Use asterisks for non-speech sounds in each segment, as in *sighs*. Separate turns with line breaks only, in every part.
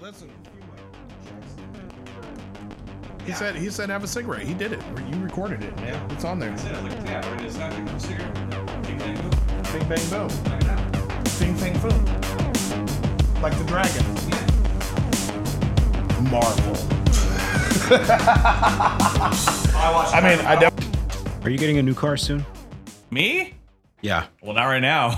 Listen.
He said he said have a cigarette. He did it. You recorded it, man. It's on there.
Yeah, like that, right? It's not a cigarette. Big Bang Boom.
Bing bang boom.
Knock it out.
Bing bang boom. Like the dragon.
Yeah.
*laughs*
Marvel.
I watched.
I mean, I definitely
Are you getting a new car soon?
me.
Yeah.
Well, not right *laughs* now.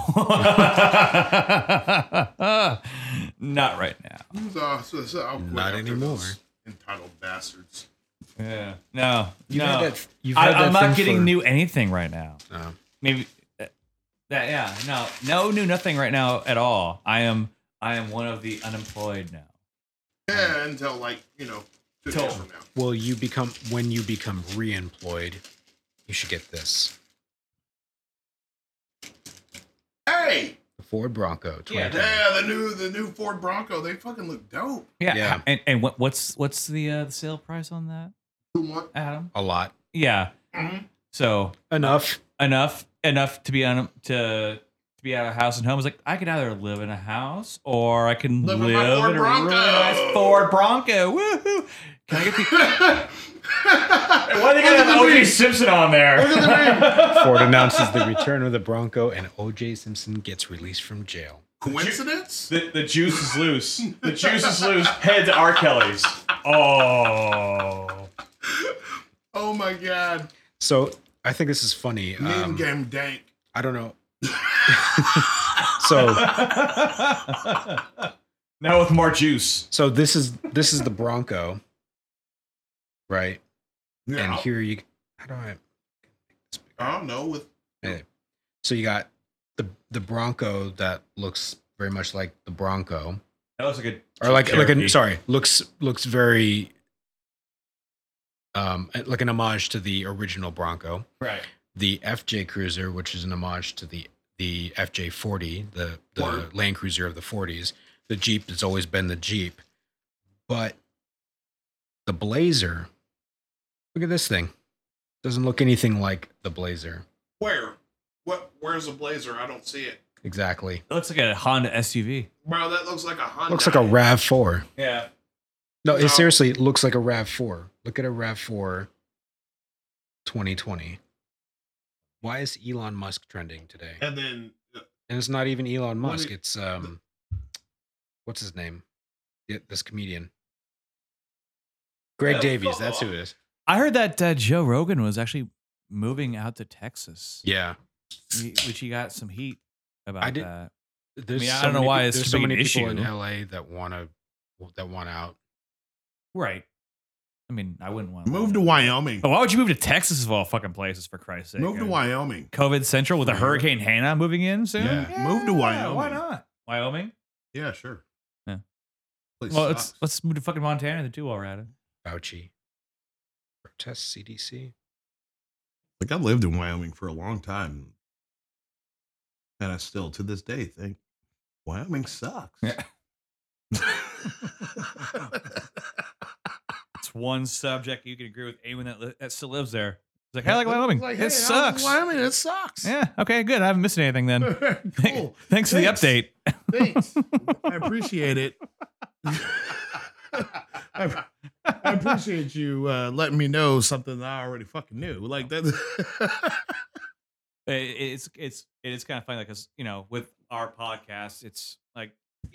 not right now.
Uh, so, so I'll quit
Not
after
anymore.
those Entitled bastards.
Yeah. No.
You've
no.
had that- you've
I,
had that
I'm not
thing
getting
for-
new anything right now.
Uh,
Maybe that. that- Yeah. No. No. New nothing right now at all. I am. I am one of the unemployed now.
Yeah, until like you know, two
Till-
days from now.
well, you become when you become re-employed, you should get this:
Hey,
the Ford Bronco.
Yeah,
2020.
yeah, the new the new Ford Bronco. They fucking look dope. *laughs*
Yeah.
Yeah.
And and what what's what's the uh, sale price on that,
Two months.
Adam?
a lot
Yeah. So
enough.
enough enough to be on to to be out of house and home. It's like I can either live in a house or I can live,
Live in my Ford
in a really
Bronco.
nice Ford Bronco. Woohoo! Can I get the
Why
Oh, Simpson on
Look
there?
at
*laughs*
the name.
Ford announces the return of the Bronco, and O.J. Simpson gets released from jail.
Coincidence?
The, the juice is loose. The juice is loose. Head to R. Kelly's. Oh.
Oh my god.
So I think this is funny.
Name
Um,
game dank.
I don't know. *laughs* so
Now with more juice.
so this is this is the Bronco, right?
Yeah.
And here you how do I
I don't know. With
so you got the the Bronco that looks very much like the Bronco,
That looks like
or like like
Cherokee.
a sorry looks looks very um like an homage to the original Bronco.
a right.
The FJ Cruiser, which is an homage to the the FJ40, the the
Word.
Land Cruiser of the 40s. The Jeep has always been the Jeep, but the Blazer. Look at this thing. Doesn't look anything like the Blazer.
where? What? Where's the blazer? I don't see it.
Exactly.
It looks like a Honda SUV.
Bro, that looks like a Honda.
Looks like a Rav Four.
Yeah.
No,
No.
it seriously looks like a Rav Four. Look at a Rav Four. 2020. Why is Elon Musk trending today?
Eh.
And then uh,
And it's not even Elon
What
Musk.
i-
It's um, what's his name? Yeah, this comedian. Greg
Oh,
Davies. That's who it is.
I heard that uh, Joe Rogan was actually moving out to Texas,
Yeah.
He- which he got some heat about
I did-
that.
There's
mean, I
so
don't know
many
why
peop-
it's
there's
such
so
a big
many people in
issue.
LA that want to that want out.
Right. I mean, I wouldn't want
moved to Wyoming.
But why would you move to Texas of all fucking places for Christ's sake?
Moved to
Uh,
Wyoming.
COVID Central with a Hurricane Hannah moving in soon.
Yeah. Move to Wyoming.
Why not? Wyoming.
Yeah, sure.
Yeah.
Place
well,
sucks.
let's let's move to fucking Montana then too while we're at it.
Fauci. Protest CDC.
like I lived in Wyoming for a long time, and I still to this day think Wyoming sucks. *laughs*
Yeah. It's one subject you can agree with anyone that, li- that still lives there. It's like, hey, I like Wyoming.
Like,
it
hey, I was in
sucks.
Wyoming, it sucks.
Yeah. Okay. Good. I haven't missed anything then.
*laughs* cool.
*laughs* Thanks for the
Thanks.
update.
Thanks. I appreciate it. *laughs* I, I appreciate you uh, letting me know something that I already fucking knew. Like that.
It- it's it's it is kind of funny because you know with our podcast it's like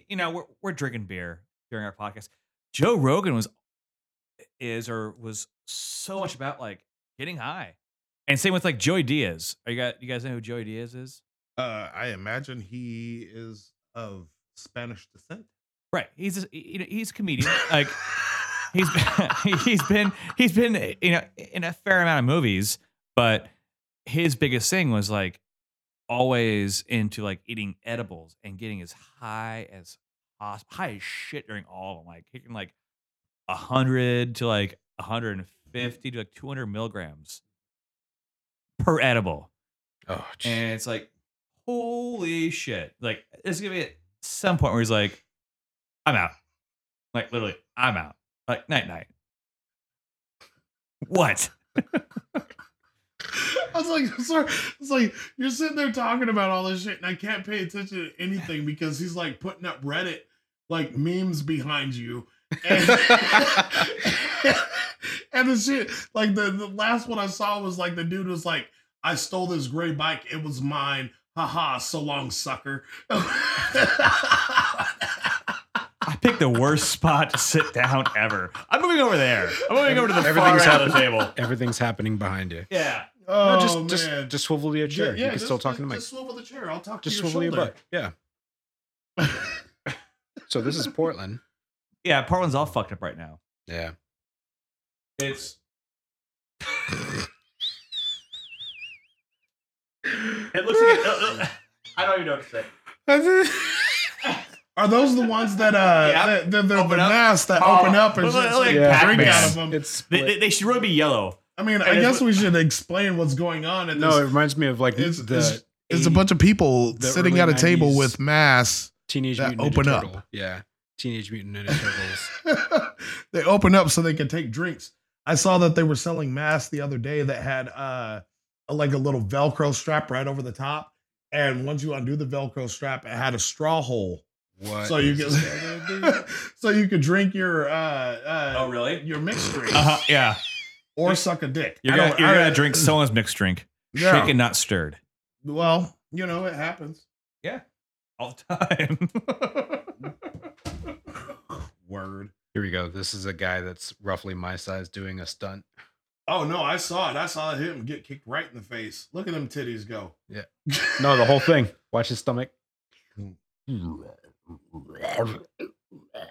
you know we're we're drinking beer during our podcast. Joe Rogan was is or was so much about like getting high, and same with like Joey Diaz. Are you guys you guys know who Joey Diaz is?
*laughs* Uh, I imagine he is of Spanish
*laughs*
descent.
Right, he's a, you know, he's a comedian. Like he's he's been *laughs* he's been you know in a fair amount of movies, but his biggest thing was like always into like eating edibles and getting as high as poss- high as shit during all of them. Like hitting like hundred to like hundred and fifty to like two hundred milligrams per edible,
Oh, jeez.
and it's like holy shit! Like there's gonna be at some point where he's like, I'm out. Like literally, I'm out. Like night night. What?
I was like, I'm sorry. It's like you're sitting there talking about all this shit, and I can't pay attention to anything because he's like putting up Reddit
like memes behind you. And, *laughs* and the shit, like the, the last one I saw was like the dude was like, I stole this gray bike, it was mine. Haha, so long, sucker. *laughs*
I picked the *laughs* worst spot to sit down ever. I'm moving over there. I'm moving over to the far
Everything's
side of the *laughs* table.
Everything's happening behind you.
Yeah.
oh,
no, just,
man.
just just swivel your chair.
Yeah,
you can
just-
still talk in the mic.
Just swivel the chair. I'll talk to
Just
your
swivel your
shoulder.
butt. Yeah. so this is Portland.
Yeah, Portland's all fucked up right now.
*laughs* Yeah.
It's. it looks like. It, uh, I don't even know what to say.
Are those the ones that uh
Yeah.
that, that, that the
Open up.
masks that
Oh,
open up and
look
just
like
Yeah.
drink
Pac-Man.
out of them?
It's
They, they, they should really be yellow.
I mean,
And
I
it's
guess
what-
we should explain what's going on. In
no, it
this.
reminds me of like
It's-
the
it's-
It's a bunch of people
The
sitting
early
at a table
90s.
with masks.
teenage
that
mutant Ninja
open up.
Turtle. Yeah. Teenage mutant ninja turtles.
*laughs* they open up so they can take drinks. I saw that they were selling masks the other day that had uh a- like a little Velcro strap right over the top, and once you undo the Velcro strap, it had a straw hole,
*laughs* What?
so you *laughs*
is that gonna be?
can so you could drink your uh, uh
Oh, really?
your mixed drink
Uh-huh, yeah.
or suck a dick.
You're
I
gonna,
don't-
you're
I-
gonna drink someone's mixed drink,
Yeah.
shaken, not stirred,
Well, you know it happens.
all the time. *laughs*
Word.
Here we go. This is a guy that's roughly my size doing a stunt.
Oh no, I saw it. I saw him get kicked right in the face. Look at them titties go.
Yeah. No, the whole thing. Watch his stomach.
*laughs*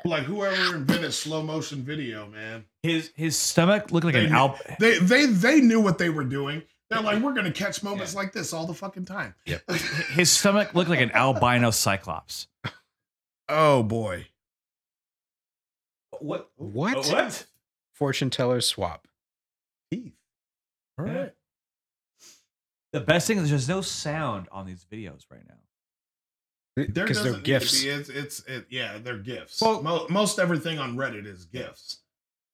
like whoever invented slow motion video, man.
his his stomach looked like an alp.
They they they knew what they were doing. They're like, we're gonna catch moments like this all the fucking time.
His stomach looked like an albino cyclops.
*laughs* Oh boy.
What?
What?
Oh,
What?
Fortune teller swap.
Teeth. All
Yeah.
right.
The best thing is there's no sound on these videos right now.
There
Because they're
doesn't need to
gifts.
be- It's, it's it, yeah, they're gifts.
Well-
Mo- most everything on Reddit is gifts.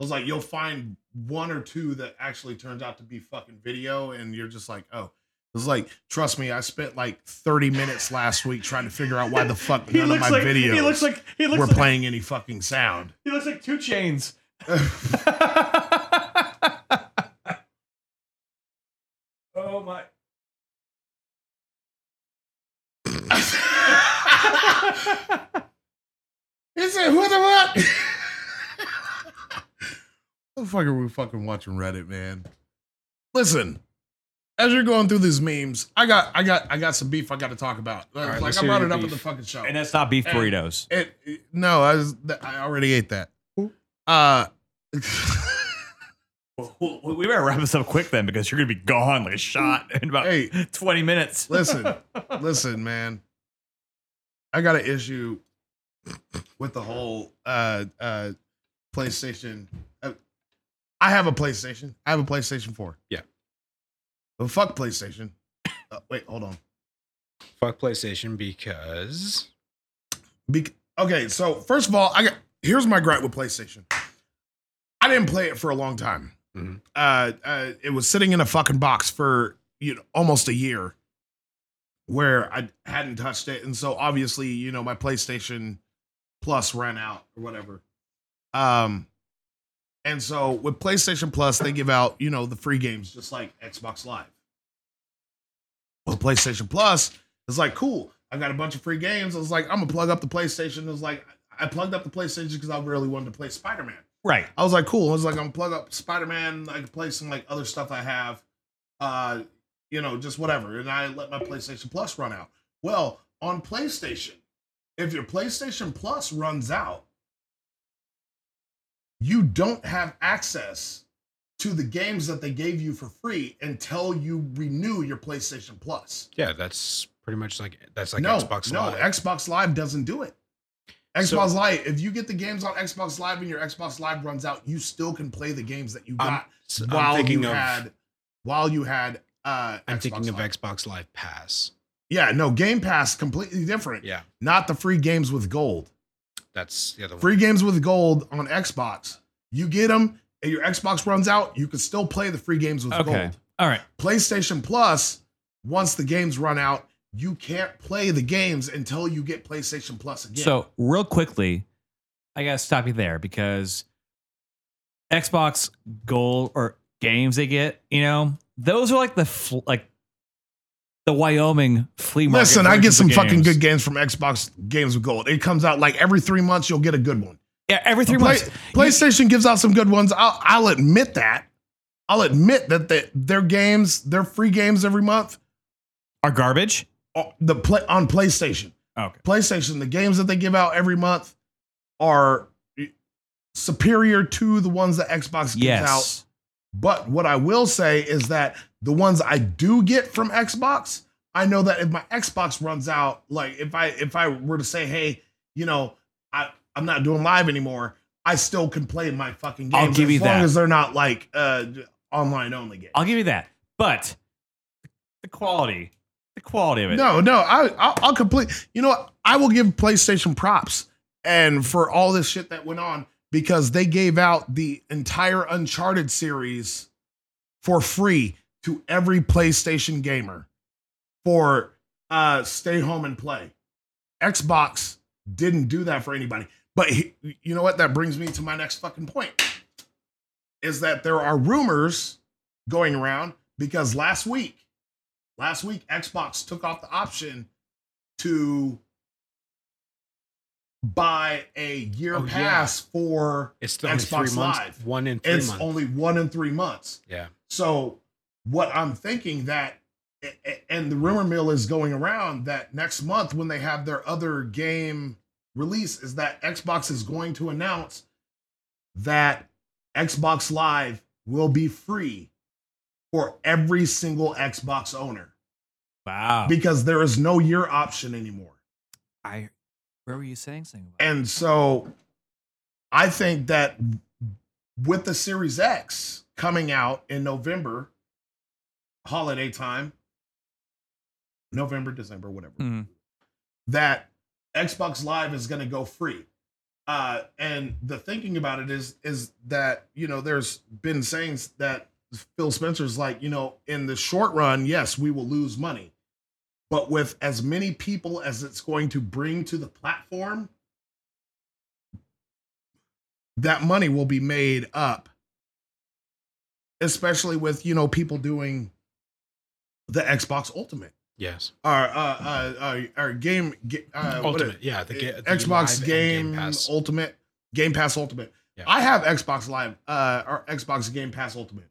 I was like, you'll find one or two that actually turns out to be fucking video, and you're just like, oh. It's like, trust me, I spent like 30 minutes last week trying to figure out why the fuck none of my
*laughs*
videos
He looks like. He looks
were
like.
playing any fucking sound.
He looks like two
*laughs*
chains. oh my.
*laughs* He said, what the what?
What the fuck are we fucking watching Reddit, man? Listen, as you're going through these memes,
I got, I got, I got some beef I got to talk about.
All right,
like
let's
I
hear
brought
your
it up at
beef.
the fucking show. *laughs*
And that's not beef burritos.
it, it- no, I was I already ate that. Uh
Well, we better wrap this up quick then because you're gonna be gone like a shot in about
Hey.
20 minutes.
listen, listen, man. I got an issue
with the whole uh uh PlayStation. Uh, I have a PlayStation. I have a PlayStation Four.
Yeah.
But fuck PlayStation. Uh, wait, hold on.
Fuck PlayStation because
Bec okay, so first of all, I got here's my gripe with PlayStation. I didn't play it for a long time.
Mhm.
Uh, uh, it was sitting in a fucking box for you know almost a year, where I hadn't touched it, and so obviously you know my PlayStation Plus ran out or whatever. Um, and so with PlayStation Plus, they give out you know the free games just like Xbox Live. Well, PlayStation Plus, it's like, cool. I got a bunch of free games. I was like, I'm gonna plug up the PlayStation. It was like, I plugged up the PlayStation because I really wanted to play Spider Man.
Right.
I was like, cool. I was like, I'm gonna plug up Spider Man. I can play some like other stuff I have, uh, you know, just whatever. And I let my PlayStation Plus run out. Well, on PlayStation, if your PlayStation Plus runs out, you don't have access to the games that they gave you for free until you renew your PlayStation Plus
yeah, that's pretty much like that's like
no,
Xbox
no,
Live.
Xbox Live doesn't do it.
So-
Xbox Live, if you get the games on Xbox Live and your Xbox Live runs out, you still can play the games that you
I'm,
got
s- I'm
while you
thinking of
had while you had uh
I'm
Xbox
thinking of
Live.
Xbox Live Pass.
Yeah, no, Game Pass completely different.
Yeah,
Not the free games with gold.
that's the other
Free games with gold on Xbox. You get them and your Xbox runs out, you can still play the free games with
Okay.
gold.
All right.
PlayStation Plus, once the games run out, you can't play the games until you get PlayStation Plus again.
So real quickly, I gotta stop you there because Xbox Gold or games they get, you know, those are like the fl- like the Wyoming flea market.
Listen, I get
versions
some
of
fucking
games.
good games from Xbox Games of Gold. It comes out like every three months, you'll get a good one.
Yeah, every three
Play-
months.
PlayStation gives out some good ones. I'll, I'll admit that. I'll admit that the, their games, their free games every month,
Are garbage?
uh, the play on PlayStation.
Okay.
PlayStation, the games that they give out every month are superior to the ones that Xbox gives out
Yes.
But what I will say is that the ones I do get from Xbox, I know that if my Xbox runs out, like if I if I were to say, hey, you know, I I'm not doing live anymore, I still can play my fucking games
I'll give
as
you
long
that.
as they're not like uh online only games.
I'll give you that. But the quality, the quality of it.
No, no, I I'll, I'll complete. You know, what? I will give PlayStation props and for all this shit that went on because they gave out the entire Uncharted series for free to every PlayStation gamer for uh stay home and play. Xbox didn't do that for anybody. But he- you know what? That brings me to my next fucking point. Is that there are rumors going around because last week last week Xbox took off the option to buy a year
Oh, yeah.
pass for
It's the only
Xbox
three months,
Live.
one in three
it's
months.
only one in three months.
yeah,
So what I'm thinking that a- a- and the rumor mill is going around that next month when they have their other game release is that Xbox is going to announce that Xbox Live will be free for every single Xbox owner
Wow.
because there is no year option anymore.
I, where were you saying something about?
And so I think that with the Series X coming out in November, holiday time, November, December, whatever,
Hmm.
that Xbox Live is going to go free. Uh, and the thinking about it is is that you know there's been sayings that Phil Spencer's like you know in the short run yes we will lose money, but with as many people as it's going to bring to the platform, that money will be made up. Especially with you know people doing the Xbox Ultimate
yes.
our uh, uh, uh, our game ge- uh, what
Ultimate,
it-
yeah. The, ga- the Live
Xbox
and
Game,
Pass.
Ultimate Game Pass Ultimate.
Yeah.
I have Xbox Live uh, or Xbox Game Pass Ultimate.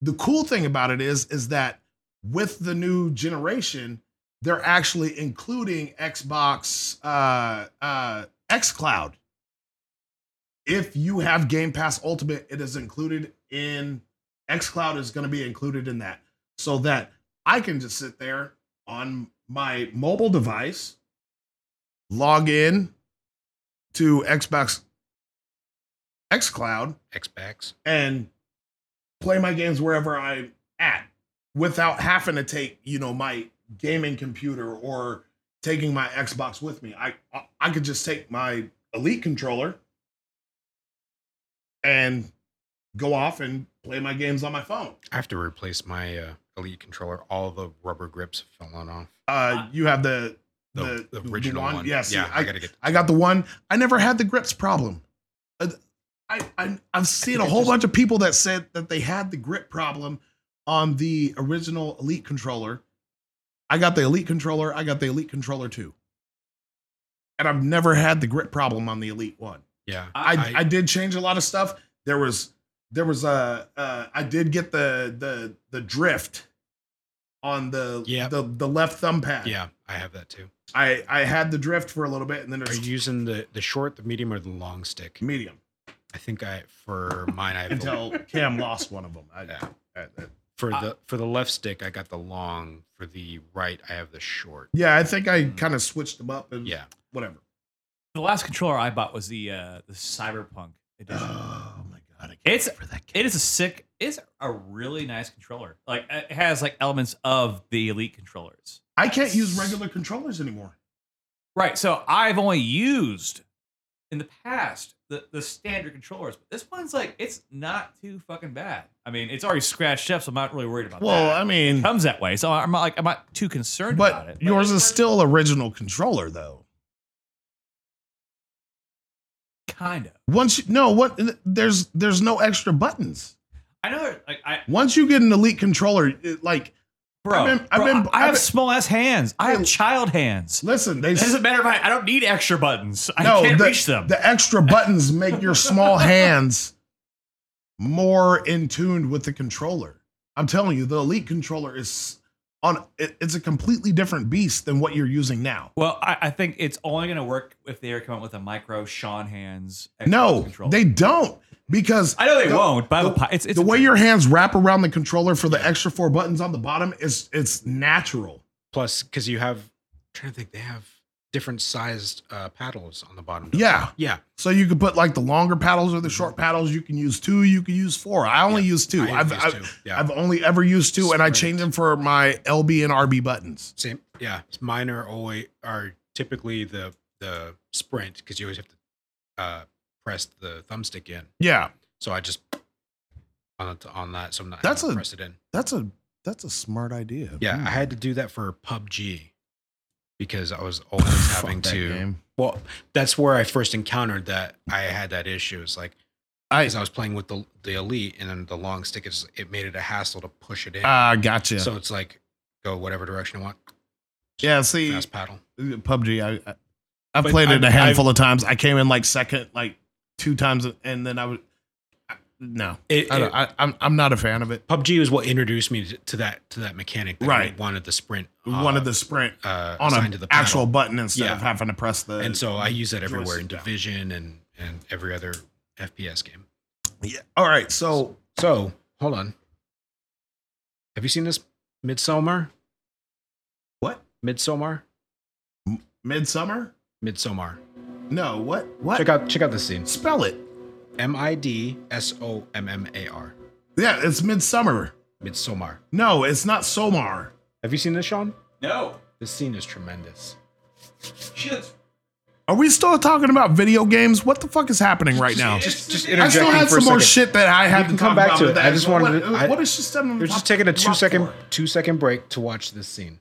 The cool thing about it is is that with the new generation, they're actually including Xbox uh, uh, X Cloud. If you have Game Pass Ultimate, it is included in X Cloud is going to be included in that, so that I can just sit there on my mobile device, log in to Xbox XCloud,
Xbox.
and play my games wherever I'm at without having to take, you know, my gaming computer or taking my Xbox with me. I I, I could just take my Elite controller and go off and play my games on my phone.
I have to replace my uh, Elite controller. All the rubber grips have fallen off.
Uh, you have the
The, the original one.
Yes,
yeah. I,
I,
gotta get.
I got the one. I never had the grips problem. Uh, I, I I've seen
think
a
I
whole
just-
bunch of people that said that they had the grip problem on the original Elite controller. I got the Elite controller. I got the Elite controller too. And I've never had the grip problem on the Elite one.
Yeah.
I I, did change a lot of stuff. There was there was a uh, I did get the the the drift on the
Yeah.
the the left thumb pad.
yeah. I have that too.
I I had the drift for a little bit, and then
Are
there's
you using the the short, the medium, or the long stick?
medium.
I think I for mine I have the,
until Cam lost one of them. I,
Yeah.
I- oh I-
for the for the left stick I got the long. For the right I have the short.
yeah, I think I kind of switched them up and
Hmm. Yeah.
whatever.
The last controller I bought was the uh, the Cyberpunk edition.
Oh my god, I can't
It's-
wait for that
It is a sick. It's a really nice controller. Like it has like elements of the Elite controllers.
I can't use regular controllers anymore.
Right. So I've only used in the past the, the standard controllers, but this one's like it's not too fucking bad. I mean, it's already scratched up, so I'm not really worried about that.
mean,
it comes that way, so I'm not like I'm not too concerned about it.
but yours
it
is
works
still original controller though.
Kind of.
Once you, no, what there's there's no extra buttons.
I know. Like I,
Once you get an elite controller, it, like
bro.
I've been- I've
bro,
been-
I
I've
have
been-
small ass hands. I have child hands.
listen, they
It doesn't matter if I. I don't need extra buttons. I can't
the,
reach them.
The extra buttons make your small hands more in tune with the controller. I'm telling you, the Elite controller is on. It, it's a completely different beast than what you're using now.
well, I, I think it's only going to work if they come up with a micro Sean hands. Xbox
No,
controller.
they don't because
I know they
the-
won't. But I have a
the-
pi- it's, it's
the way your hands wrap around the controller for the extra four buttons on the bottom is it's natural.
Plus, because you have, I'm trying to think, they have different sized uh, paddles on the bottom. don't
Yeah.
they? Yeah.
So you could put like the longer paddles or the short paddles. You can use two. You can use four. I only use two.
I
I've,
used
I've,
to, yeah.
I've only ever used two, and I
Correct.
change them for my LB and RB buttons.
Same. Yeah. Mine are always are typically the the sprint because you always have to uh, press the thumbstick in.
Yeah,
So I just on the, on that. So I'm not.
That's
I don't
a- Hmm.
press it in.
that's a that's a smart idea.
Yeah, I had to do that for PUBG because I was always having to. Well, that's where I first encountered that I had that issue. It's like
I-
because I was playing with the the elite and then the long stick is it made it a hassle to push it in.
Ah, gotcha.
So it's like go whatever direction you want,
yeah, see,
fast paddle.
PUBG. I, I I've
But
played it
I-
a handful of times. I came in like second, like two times, and then I would. I, no,
It,
I don't,
it-
I, I'm I'm not a fan of it.
PUBG was what introduced me to- to that to that mechanic. That
Right.
wanted the sprint. uh,
One of the sprint
uh,
on
assigned
an
to the paddle.
actual button instead of
Yeah.
having to press the.
And so I use that everywhere in
joystick down.
Division and and every other FPS game.
Yeah. All right. So
So hold on. Have you seen this Midsummer?
What?
Midsummer?
midsummer?
Midsummer.
No. What? What?
Check out check out this scene.
Spell it.
M I D S O M M A R.
Yeah, it's midsummer.
Midsummer.
No, it's not Somar.
Have you seen this, Sean?
No.
This scene is tremendous.
Shit.
Are we still talking about video games? What the fuck is happening right now?
Just, just
I still had some more shit that I had
can
to
come
talk
back
about.
to
with
it. I
that.
just wanted
What-
to- I-
what is she stepping?
They're just taking a two second two second break to watch this scene.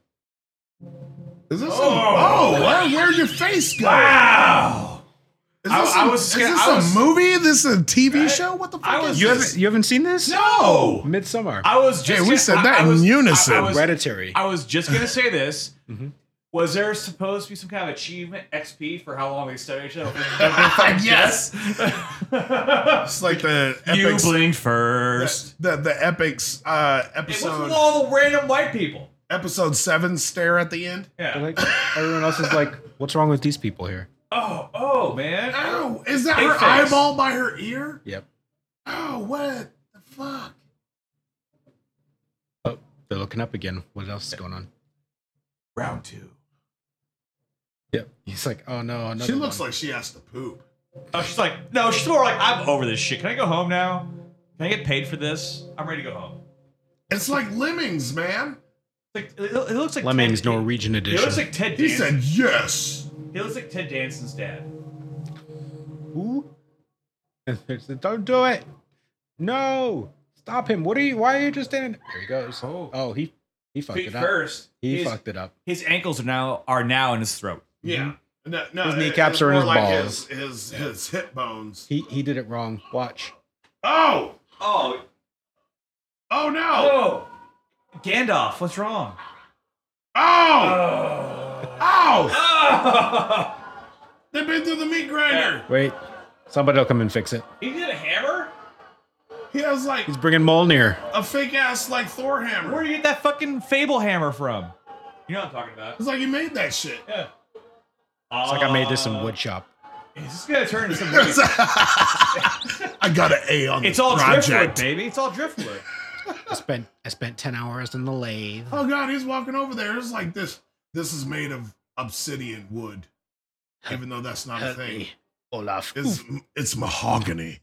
Is this? Oh,
Oh.
oh where, where'd your face go?
Wow.
Is this,
I- I
a-
was
is
scared-
this
I was-
a movie? This is a TV show? What the fuck
I
is
was-
this?
You haven't you haven't seen this?
No.
Midsummer.
I was just.
Hey, we
gonna-
said
I-
that
I
in
was- I-
unison.
I was-
Hereditary.
I was just gonna say this.
Mhm.
Was there supposed to be some kind of achievement XP for how long they studied each
*laughs*
other? *laughs*
Yes.
*laughs* yes.
It's like the
you
epics,
blinked first.
the, the epics uh,
It was with
episode
all the random white people.
episode seven stare at the end.
Yeah.
Like, everyone else is like, what's wrong with these people here?
oh, oh man.
Ow! Is that
Big
her
face.
eyeball by her ear?
Yep.
Oh, what the fuck?
Oh, they're looking up again. What else is going on?
Round two.
Yep. He's like, oh no, another
she looks
one.
like she has to poop.
Oh, she's like, no, she's more like, I'm over this shit. Can I go home now? Can I get paid for this? I'm ready to go home.
It's like lemmings, man.
Like, it, it looks like
Lemmings
Ted-
Norwegian
He
edition.
looks like Ted.
He
Dan-
said yes.
he looks like Ted Danson's dad.
Who? *laughs* Don't do it. No. Stop him. What are you why are you just standing there? he goes.
Oh.
Oh, he he fucked
Feet
it up.
first.
He
his,
fucked it up.
His ankles are now are now in his throat.
Yeah. No, no,
His
it-
kneecaps
it's
are in
more
his
like
balls.
His his, his hip bones.
He he did it wrong. Watch.
Oh!
Oh,
Oh no!
oh.
Gandalf, what's *laughs* wrong?
Oh! Ow!
Oh.
They've been through the meat grinder.
Wait. Somebody'll come and fix it.
He did a hammer?
He has like
He's bringing Molnir.
a fake ass like Thor
Where
hammer.
do you get that fucking fable hammer from? You know what I'm talking about.
It's like he made that shit.
Yeah.
It's like I made this in
Ah.
woodshop.
Is this gonna turn into some movie?
*laughs* I got an A on this
It's all driftwood,
project.
baby. It's all driftwood.
I spent I spent ten hours in the lathe.
Oh god, he's walking over there. It's like this. This is made of obsidian wood, even though that's not a thing.
Olaf.
It's it's mahogany.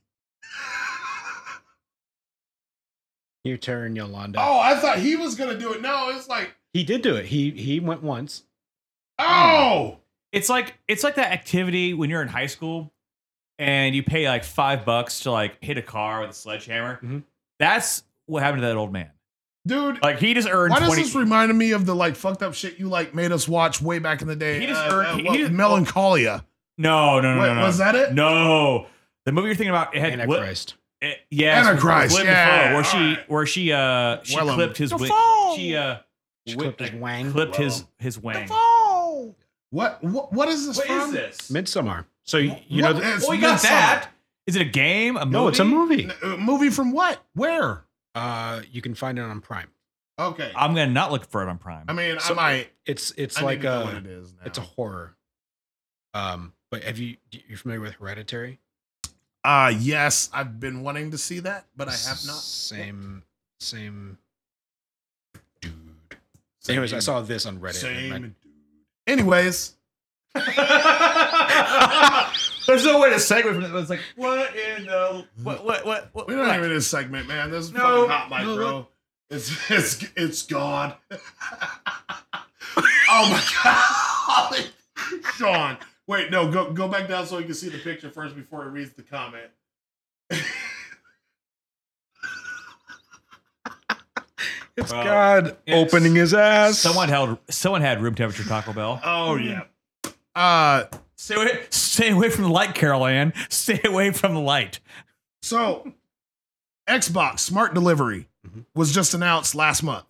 Your turn, Yolanda.
Oh, I thought he was gonna do it. No, it's like
He did do it. He he went once.
Hmm.
oh,
it's like it's like that activity when you're in high school and you pay like five bucks to like hit a car with a sledgehammer.
Mhm.
That's what happened to that old man.
dude.
Like he just earned
Why does
twenty.
this remind me of the like fucked up shit you like made us watch way back in the day?
He just
Uh,
earned-
uh,
he
what-
just-
melancholia.
no, no, no,
Wait,
no, no.
was that it?
No, The movie you're thinking about it had Will-
Antichrist.
it- yes, with- with
Antichrist,
Willem
yeah,
Dafoe, where she
alright.
where she uh she
Willem.
clipped his wi- she uh
She
wi-
clipped his wang.
clipped his his wang.
What what what is this
What
from?
is this?
Midsummer. So you, you know,
What
the,
is
Well, you got
Midsummer?
that. Is it a game? A movie?
no, it's a movie.
N- uh, movie from what? Where?
Uh, you can find it on Prime.
Okay. I,
I'm gonna not look for it on Prime.
mean,
So-
I might.
It's it's
I
like
need to know what
a
it is now.
it's a horror. Um, but have you you're familiar with Hereditary?
Uh yes, I've been wanting to see that, but I have not.
Same same dude. Anyways, I saw this on Reddit. and I-
Same. Anyways,
*laughs* There's no way to segue from it. It's like what in the what what what what?
we don't
what?
even this segment, man. This is
No,
fucking hot mic,
no,
bro. It's it's it's God. *laughs* oh my god, *laughs* Sean. Wait, no, go go back down so you can see the picture first before he reads the comment.
It's
Well,
God
it's-
opening his ass.
Someone held someone had room temperature Taco Bell.
Oh yeah. Uh,
Stay away, stay away from the light, Carol Ann. Stay away from the light.
So, *laughs* Xbox Uh, Smart Delivery
Mhm.
was just announced last month.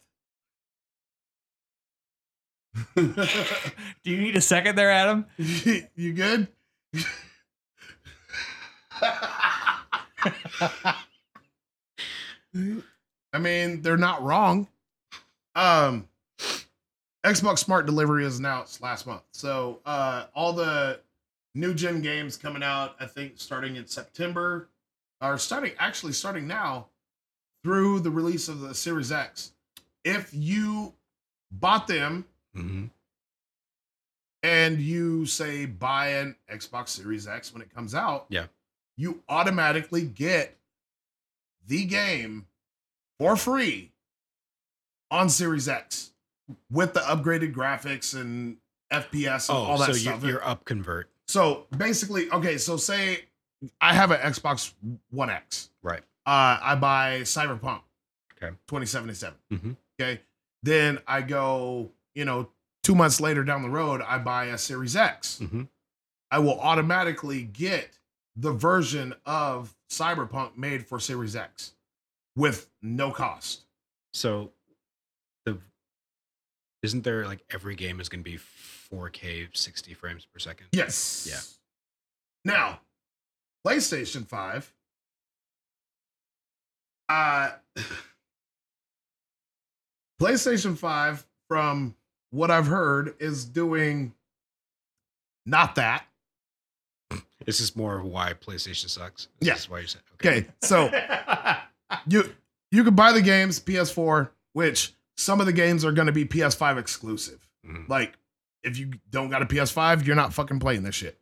Do you need a second there, Adam?
*laughs* you good? I mean, they're not wrong. Um, Xbox Smart Delivery is announced last month. So, uh, all the new gen games coming out, I think, starting in September, are starting actually starting now through the release of the Series X. If you bought them
Mhm.
and you say buy an Xbox Series X when it comes out,
Yeah.
you automatically get the game for free on Series X with the upgraded graphics and FPS and all
Oh,
that
so
stuff.
you, you're up convert.
so basically, okay, so say I have an Xbox One X.
Right.
Uh, I buy Cyberpunk.
Okay.
2077.
Mhm.
Okay. Then I go, you know, two months later down the road, I buy a Series X.
Mhm.
I will automatically get the version of Cyberpunk made for Series X with no cost.
So the isn't there like every game is going to be 4K 60 frames per second?
Yes.
Yeah.
Now, PlayStation 5. Uh *sighs* PlayStation 5, from what I've heard, is doing not that.
This is more of why PlayStation sucks.
Yeah.
This is why you said okay.
Okay,
*laughs*
so you you can buy the games PS4, which some of the games are gonna be PS5 exclusive.
Mhm.
Like, if you don't got a PS5, you're not fucking playing this shit.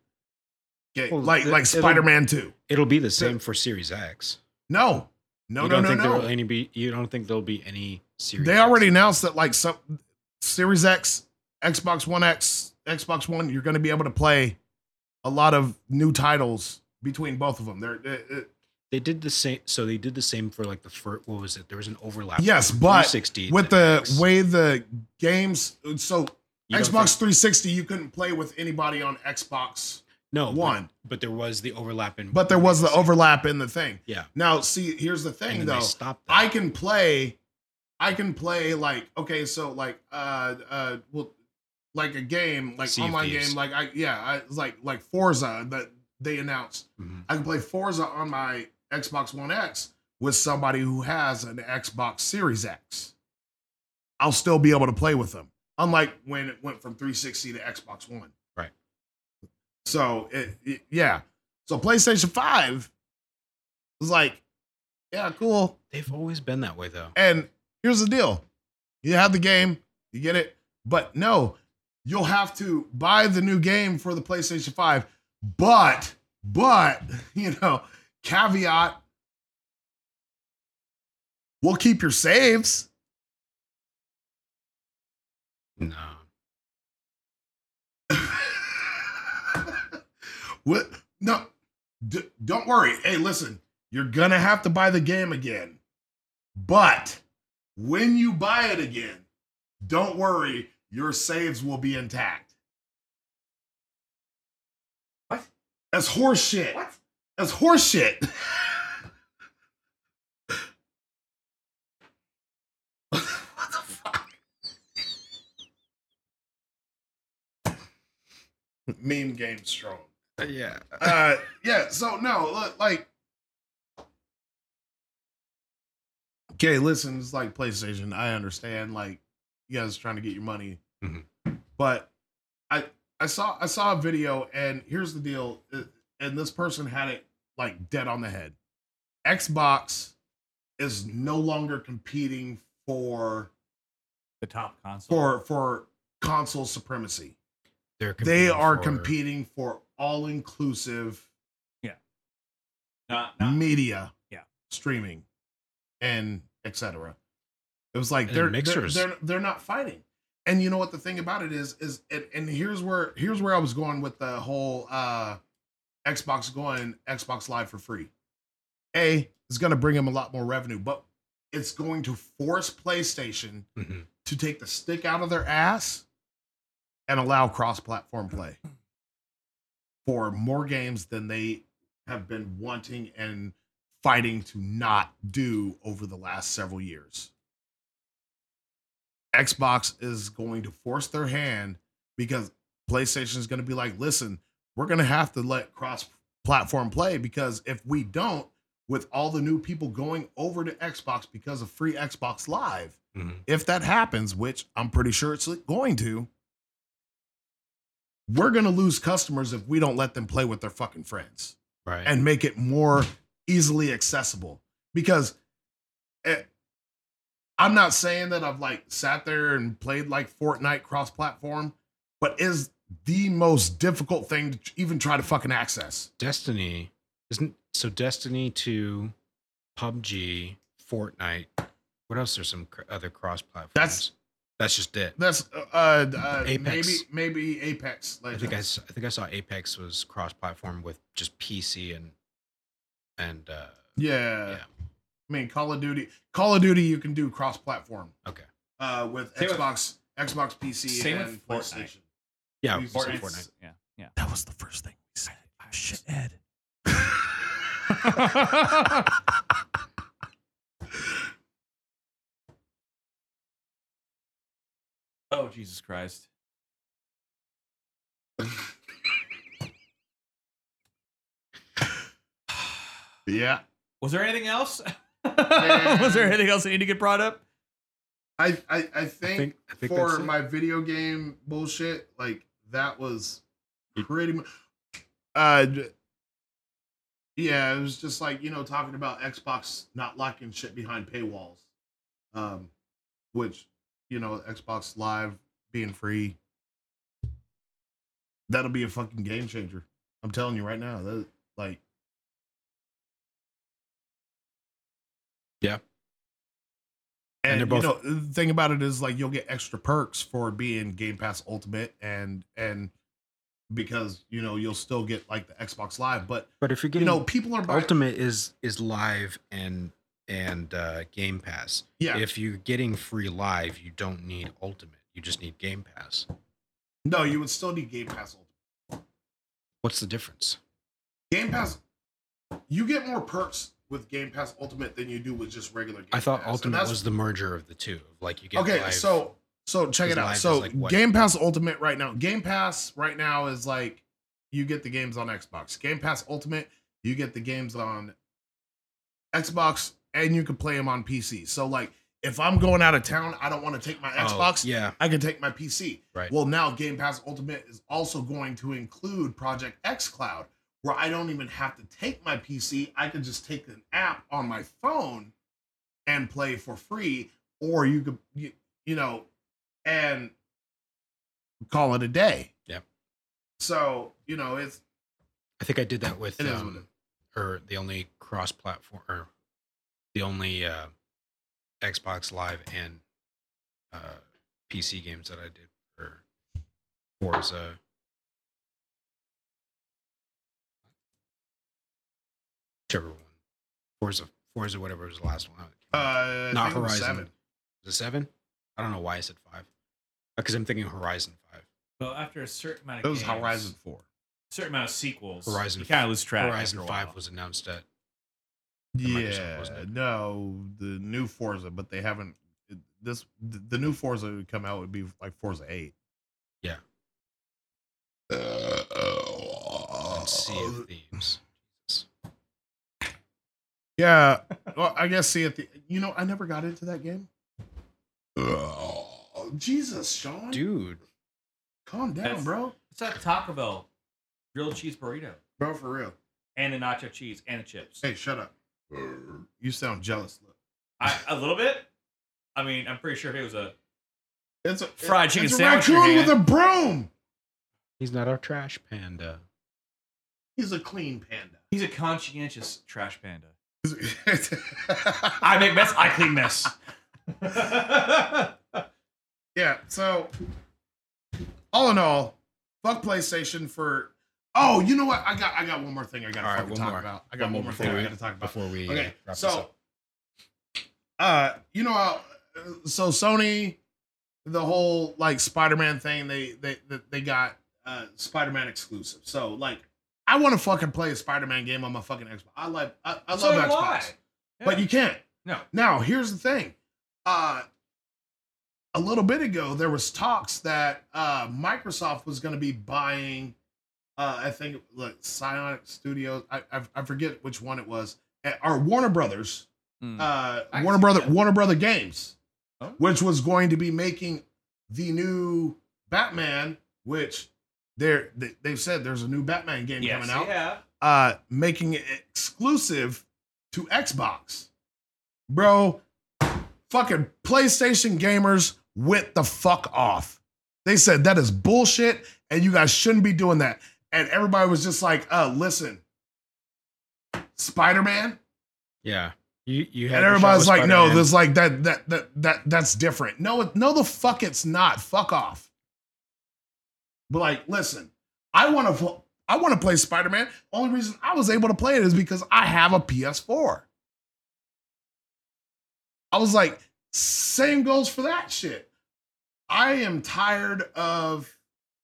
Okay,
Well,
like
it-
like
it'll-
Spider-Man 2.
It'll be the same for Series X.
No, no,
you
no,
don't
no,
think
no.
there'll any be you don't think there'll be any Series
They
X?
already announced that like some Series X, Xbox One X, Xbox One, you're going to be able to play a lot of new titles between both of them. They're it- it-
they did the same so they did the same for like the first what was it? There was an overlap.
Yes, but
360
with
and
the
X.
way the games. So
You don't
Xbox
think-
360, you couldn't play with anybody on Xbox
no but-
One,
but, there was the overlap in
but there was the overlap in the thing.
Yeah.
Now, see, here's the
and
thing
then
though.
they stopped that.
I can play, I can play like okay, so like uh uh well, like a game like
Sea of
online
Thieves.
game like I yeah I it's like like Forza that they announced.
Mhm.
I can play Forza on my Xbox One X with somebody who has an Xbox Series X. I'll still be able to play with them, unlike when it went from 360 to Xbox One.
Right.
So it, it- yeah, so PlayStation Five was like, yeah, cool.
They've always been that way though.
And here's the deal: you have the game, you get it, but no, you'll have to buy the new game for the PlayStation Five. But, but *laughs* you know, caveat: we'll keep your saves.
No.
what? No, d- don't worry. Hey, listen, you're gonna have to buy the game again, but when you buy it again, don't worry, your saves will be intact.
What?
That's horseshit.
What?
That's horseshit. *laughs* Meme game strong.
yeah.
Uh, yeah. So no, look, like. Okay, listen. It's like PlayStation. I understand. Like you guys trying to get your money,
Mhm.
but I I saw I saw a video, and here's the deal. uh, And this person had it like dead on the head. Xbox is no longer competing for
The top console.
for for console supremacy
They're
they are
for-
competing for all inclusive
Not, not-
media
Yeah.
streaming and etc it was like
And
they're, they're
mixers.
they're they're not fighting and you know what the thing about it is is and, and here's where here's where i was going with the whole uh xbox going xbox live for free a is going to bring them a lot more revenue but it's going to force playstation
Mhm.
to take the stick out of their ass and allow cross-platform play for more games than they have been wanting and fighting to not do over the last several years. Xbox is going to force their hand because PlayStation is going to be like, listen, we're going to have to let cross platform play because if we don't, with all the new people going over to Xbox because of free Xbox Live,
Mhm.
if that happens, which I'm pretty sure it's going to, we're going to lose customers if we don't let them play with their fucking friends
Right.
and make it more easily accessible. Because it, I'm not saying that I've like sat there and played like Fortnite cross platform, but is the most difficult thing to even try to fucking access.
Destiny isn't so Destiny 2, PUBG, Fortnite. What else? There's some cr- other cross platforms.
That's-
that's just it.
That's uh, uh
Apex.
maybe maybe Apex.
I
Legends.
think I, s- I think I saw Apex was cross platform with just PC and and uh
Yeah.
Yeah.
I mean, Call of Duty. Call of Duty, you can do cross-platform.
Okay.
Uh, with
Same with-
Xbox, Xbox PC,
same with
and
Fortnite.
PlayStation.
yeah,
Use
Fortnite.
Fortnite.
Fortnite.
Yeah. Yeah.
That was the first thing we said.
Ah,
Shit,
*laughs*
Ed.
Oh Jesus Christ.
Yeah.
Was there anything else? *laughs* Was there anything else that need to get brought up?
I, I, I, think
I think, I think
for
that's it.
my video game bullshit, like that was pretty much. Uh, d- yeah, it was just like you know talking about Xbox not locking shit behind paywalls, um, which you know Xbox Live being free. That'll be a fucking game changer. I'm telling you right now. That like
Yeah.
And,
And they're
you know, the thing about it is like you'll get extra perks for being Game Pass Ultimate and and because you know you'll still get like the Xbox Live, but
but if you're
you
getting
know people are buying.
Ultimate is is live and and uh Game Pass.
yeah,
If you're getting free live, you don't need Ultimate. You just need Game Pass.
no, you would still need Game Pass Ultimate.
What's the difference?
Game Pass, you get more perks with Game Pass Ultimate than you do with just regular. Game
I thought
Pass, and
Ultimate
that's-
was the merger of the two. Like you get
okay.
live-
So so check it
Because
out.
live is,
So
like, what?
Game Pass Ultimate right now. Game Pass right now is like you get the games on Xbox. Game Pass Ultimate, you get the games on Xbox, and you can play them on PC. So like if I'm going out of town, I don't want to take my
Oh,
Xbox.
yeah,
I can take my PC.
Right.
Well, now Game Pass Ultimate is also going to include Project X Cloud, where I don't even have to take my PC. I can just take an app on my phone and play for free, or you could, you, you know, and call it a day.
Yep.
So you know it's
I think I did that with
It is what
um, or the only cross platform or the only uh, Xbox Live and uh, PC games that I did for Forza. Whichever one, Forza, Forza, whatever was the last one.
uh, I
Not
think it was
Horizon.
Seven.
Is it seven? I don't know why I said five. Because I'm thinking Horizon Five.
Well, after a certain amount of
It was
games,
Horizon Four.
certain amount of sequels.
Horizon
you kind of lose track.
Horizon
after a while.
Five was announced at Microsoft,
Yeah,
wasn't it?
no, the new Forza, but they haven't. This the the new Forza would come out would be like Forza Eight. Uh,
on Sea of Thieves.
Yeah, well, I guess see at the you know I never got into that game.
Oh,
*laughs* Jesus, Sean,
Dude,
calm down,
That's-
bro.
It's that Taco Bell grilled cheese burrito
Bro, for real.
and the nacho cheese and the chips.
Hey, shut up. You sound jealous. Look.
I, a little bit. I mean, I'm pretty sure if it was a
It's a
Fried chicken
it's a
sandwich in your
raccoon with a broom.
he's not our trash panda.
He's a clean *laughs* panda.
he's a conscientious trash panda. I make mess. I clean *laughs* mess.
Yeah, so all in all, fuck PlayStation for Oh, you know what? I got I got one more thing I gotta
All right,
fucking
one
talk
more.
about. I got
One
one,
more
more
before
thing I
we-
gotta talk about.
Before we uh,
Okay,
wrap this
so
up.
uh you know how so Sony the whole like Spider-Man thing, they they they- they got uh Spider-Man exclusive. So like I want to fucking play a Spider-Man game on my fucking Xbox. I like I, I
So
love
do
Xbox.
I.
But you can't.
No.
Now, here's the thing. Uh a little bit ago there was talks that uh Microsoft was going to be buying uh I think like Psionic Studios, I, I I forget which one it was, uh, or Warner Brothers,
Mm.
uh
I
Warner
see
Brother
that.
Warner Brother Games,
Oh.
which was going to be making the new Batman, which they're, they they've said there's a new Batman game
Yes,
coming out
Yeah.
uh, making it exclusive to Xbox. Bro, fucking PlayStation gamers went the fuck off. They said that is bullshit and you guys shouldn't be doing that. And everybody was just like, uh, listen, Spider Man.
Yeah, you you had
And
your
everybody's
shot with
like, no,
Spider-Man.
there's like that, that, that, that, that's different. No, it- no, the fuck it's not. Fuck off. But like, listen, I want to, I want to play Spider Man. Only reason I was able to play it is because I have a PS4. I was like, same goes for that shit. I am tired of,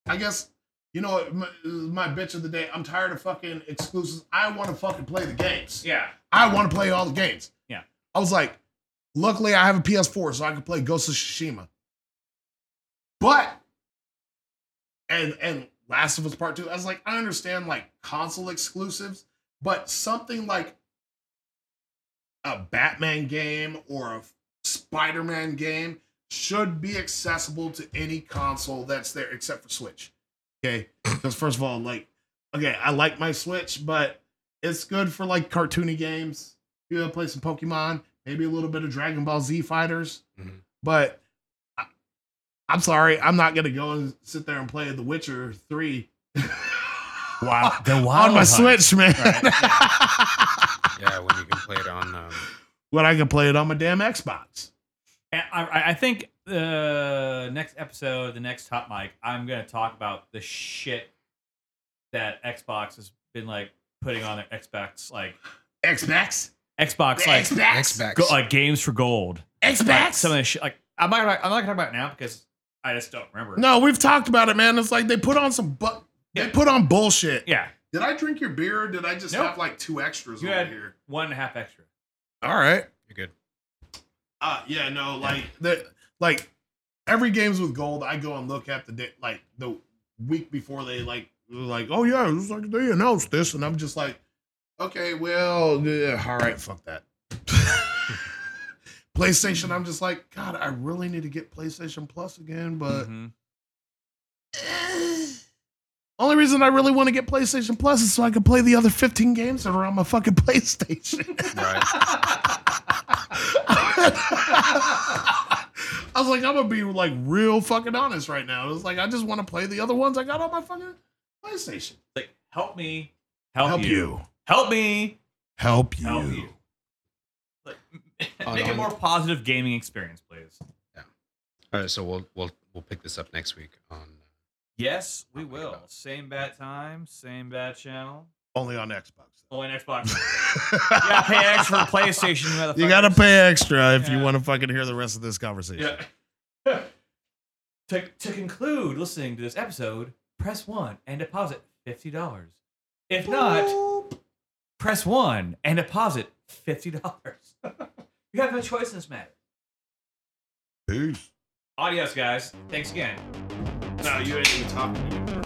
I guess, you know, my, my bitch of the day. I'm tired of fucking exclusives. I want to fucking play the games.
Yeah.
I want to play all the games.
Yeah.
I was like, luckily I have a PS4, so I can play Ghost of Tsushima. But and and Last of Us Part Two, I was like, I understand like console exclusives, but something like a Batman game or a Spider-Man game should be accessible to any console that's there except for Switch. Okay. Because first of all, like, okay, I like my Switch, but it's good for like cartoony games. You know, play some Pokemon, maybe a little bit of Dragon Ball Z fighters.
Mm-hmm.
Mhm.
But I, I'm sorry, I'm not gonna go and sit there and play The Witcher Three. *laughs*
Wow. The
on my Switch, man.
*laughs*
Right,
yeah when you can play it on um,
*laughs* when I can play it on my damn Xbox.
And I- I, I think the next episode, the next hot mic, I'm gonna talk about the shit that Xbox has been like putting on their Xbox, like
Xbox,
Xbox, like
Xbox,
Xbox.
go, like games for gold. Like,
Xbox.
some of the shit, like I'm not, gonna- I'm not gonna talk about it now because I just don't remember.
No, we've talked about it, man. It's like they put on some, but
Yeah.
they put on bullshit.
Yeah,
Did I drink your beer? or Did I just
Nope.
have like two extras
You
over
had-
here?
one and a half extra.
All right.
you're good.
Uh, yeah, no, like the like every games with gold, I go and look at the day, like the week before they like they're like, oh yeah, it was like they announced this, and I'm just like, okay, well, yeah, all right, fuck that. *laughs* PlayStation, I'm just like, God, I really need to get PlayStation Plus again, but
Mhm.
only reason I really want to get PlayStation Plus is so I can play the other 15 games that are on my fucking PlayStation. *laughs*
Right.
I was like, I'm gonna be like real fucking honest right now. It was like I just want to play the other ones I got on my fucking PlayStation.
like help me, help, you. help me,
help you,
help you. Like,
On-
make a
on-
more positive gaming experience, please.
All right, so we'll we'll we'll pick this up next week on. uh,
Yes, we
Oh my
will.
God.
Same bad time, same bad channel.
Only
*laughs*
on Xbox.
Only on Xbox. you gotta pay extra for PlayStation, you motherfucker.
You gotta pay extra if
Yeah.
you want to fucking hear the rest of this conversation.
Yeah. *laughs* to, to conclude listening to this episode, press one and deposit fifty dollars. If not, press one and deposit fifty dollars. *laughs* you have no choice in this matter.
Peace.
Adios, guys. Thanks again.
No, you ain't even talking to me.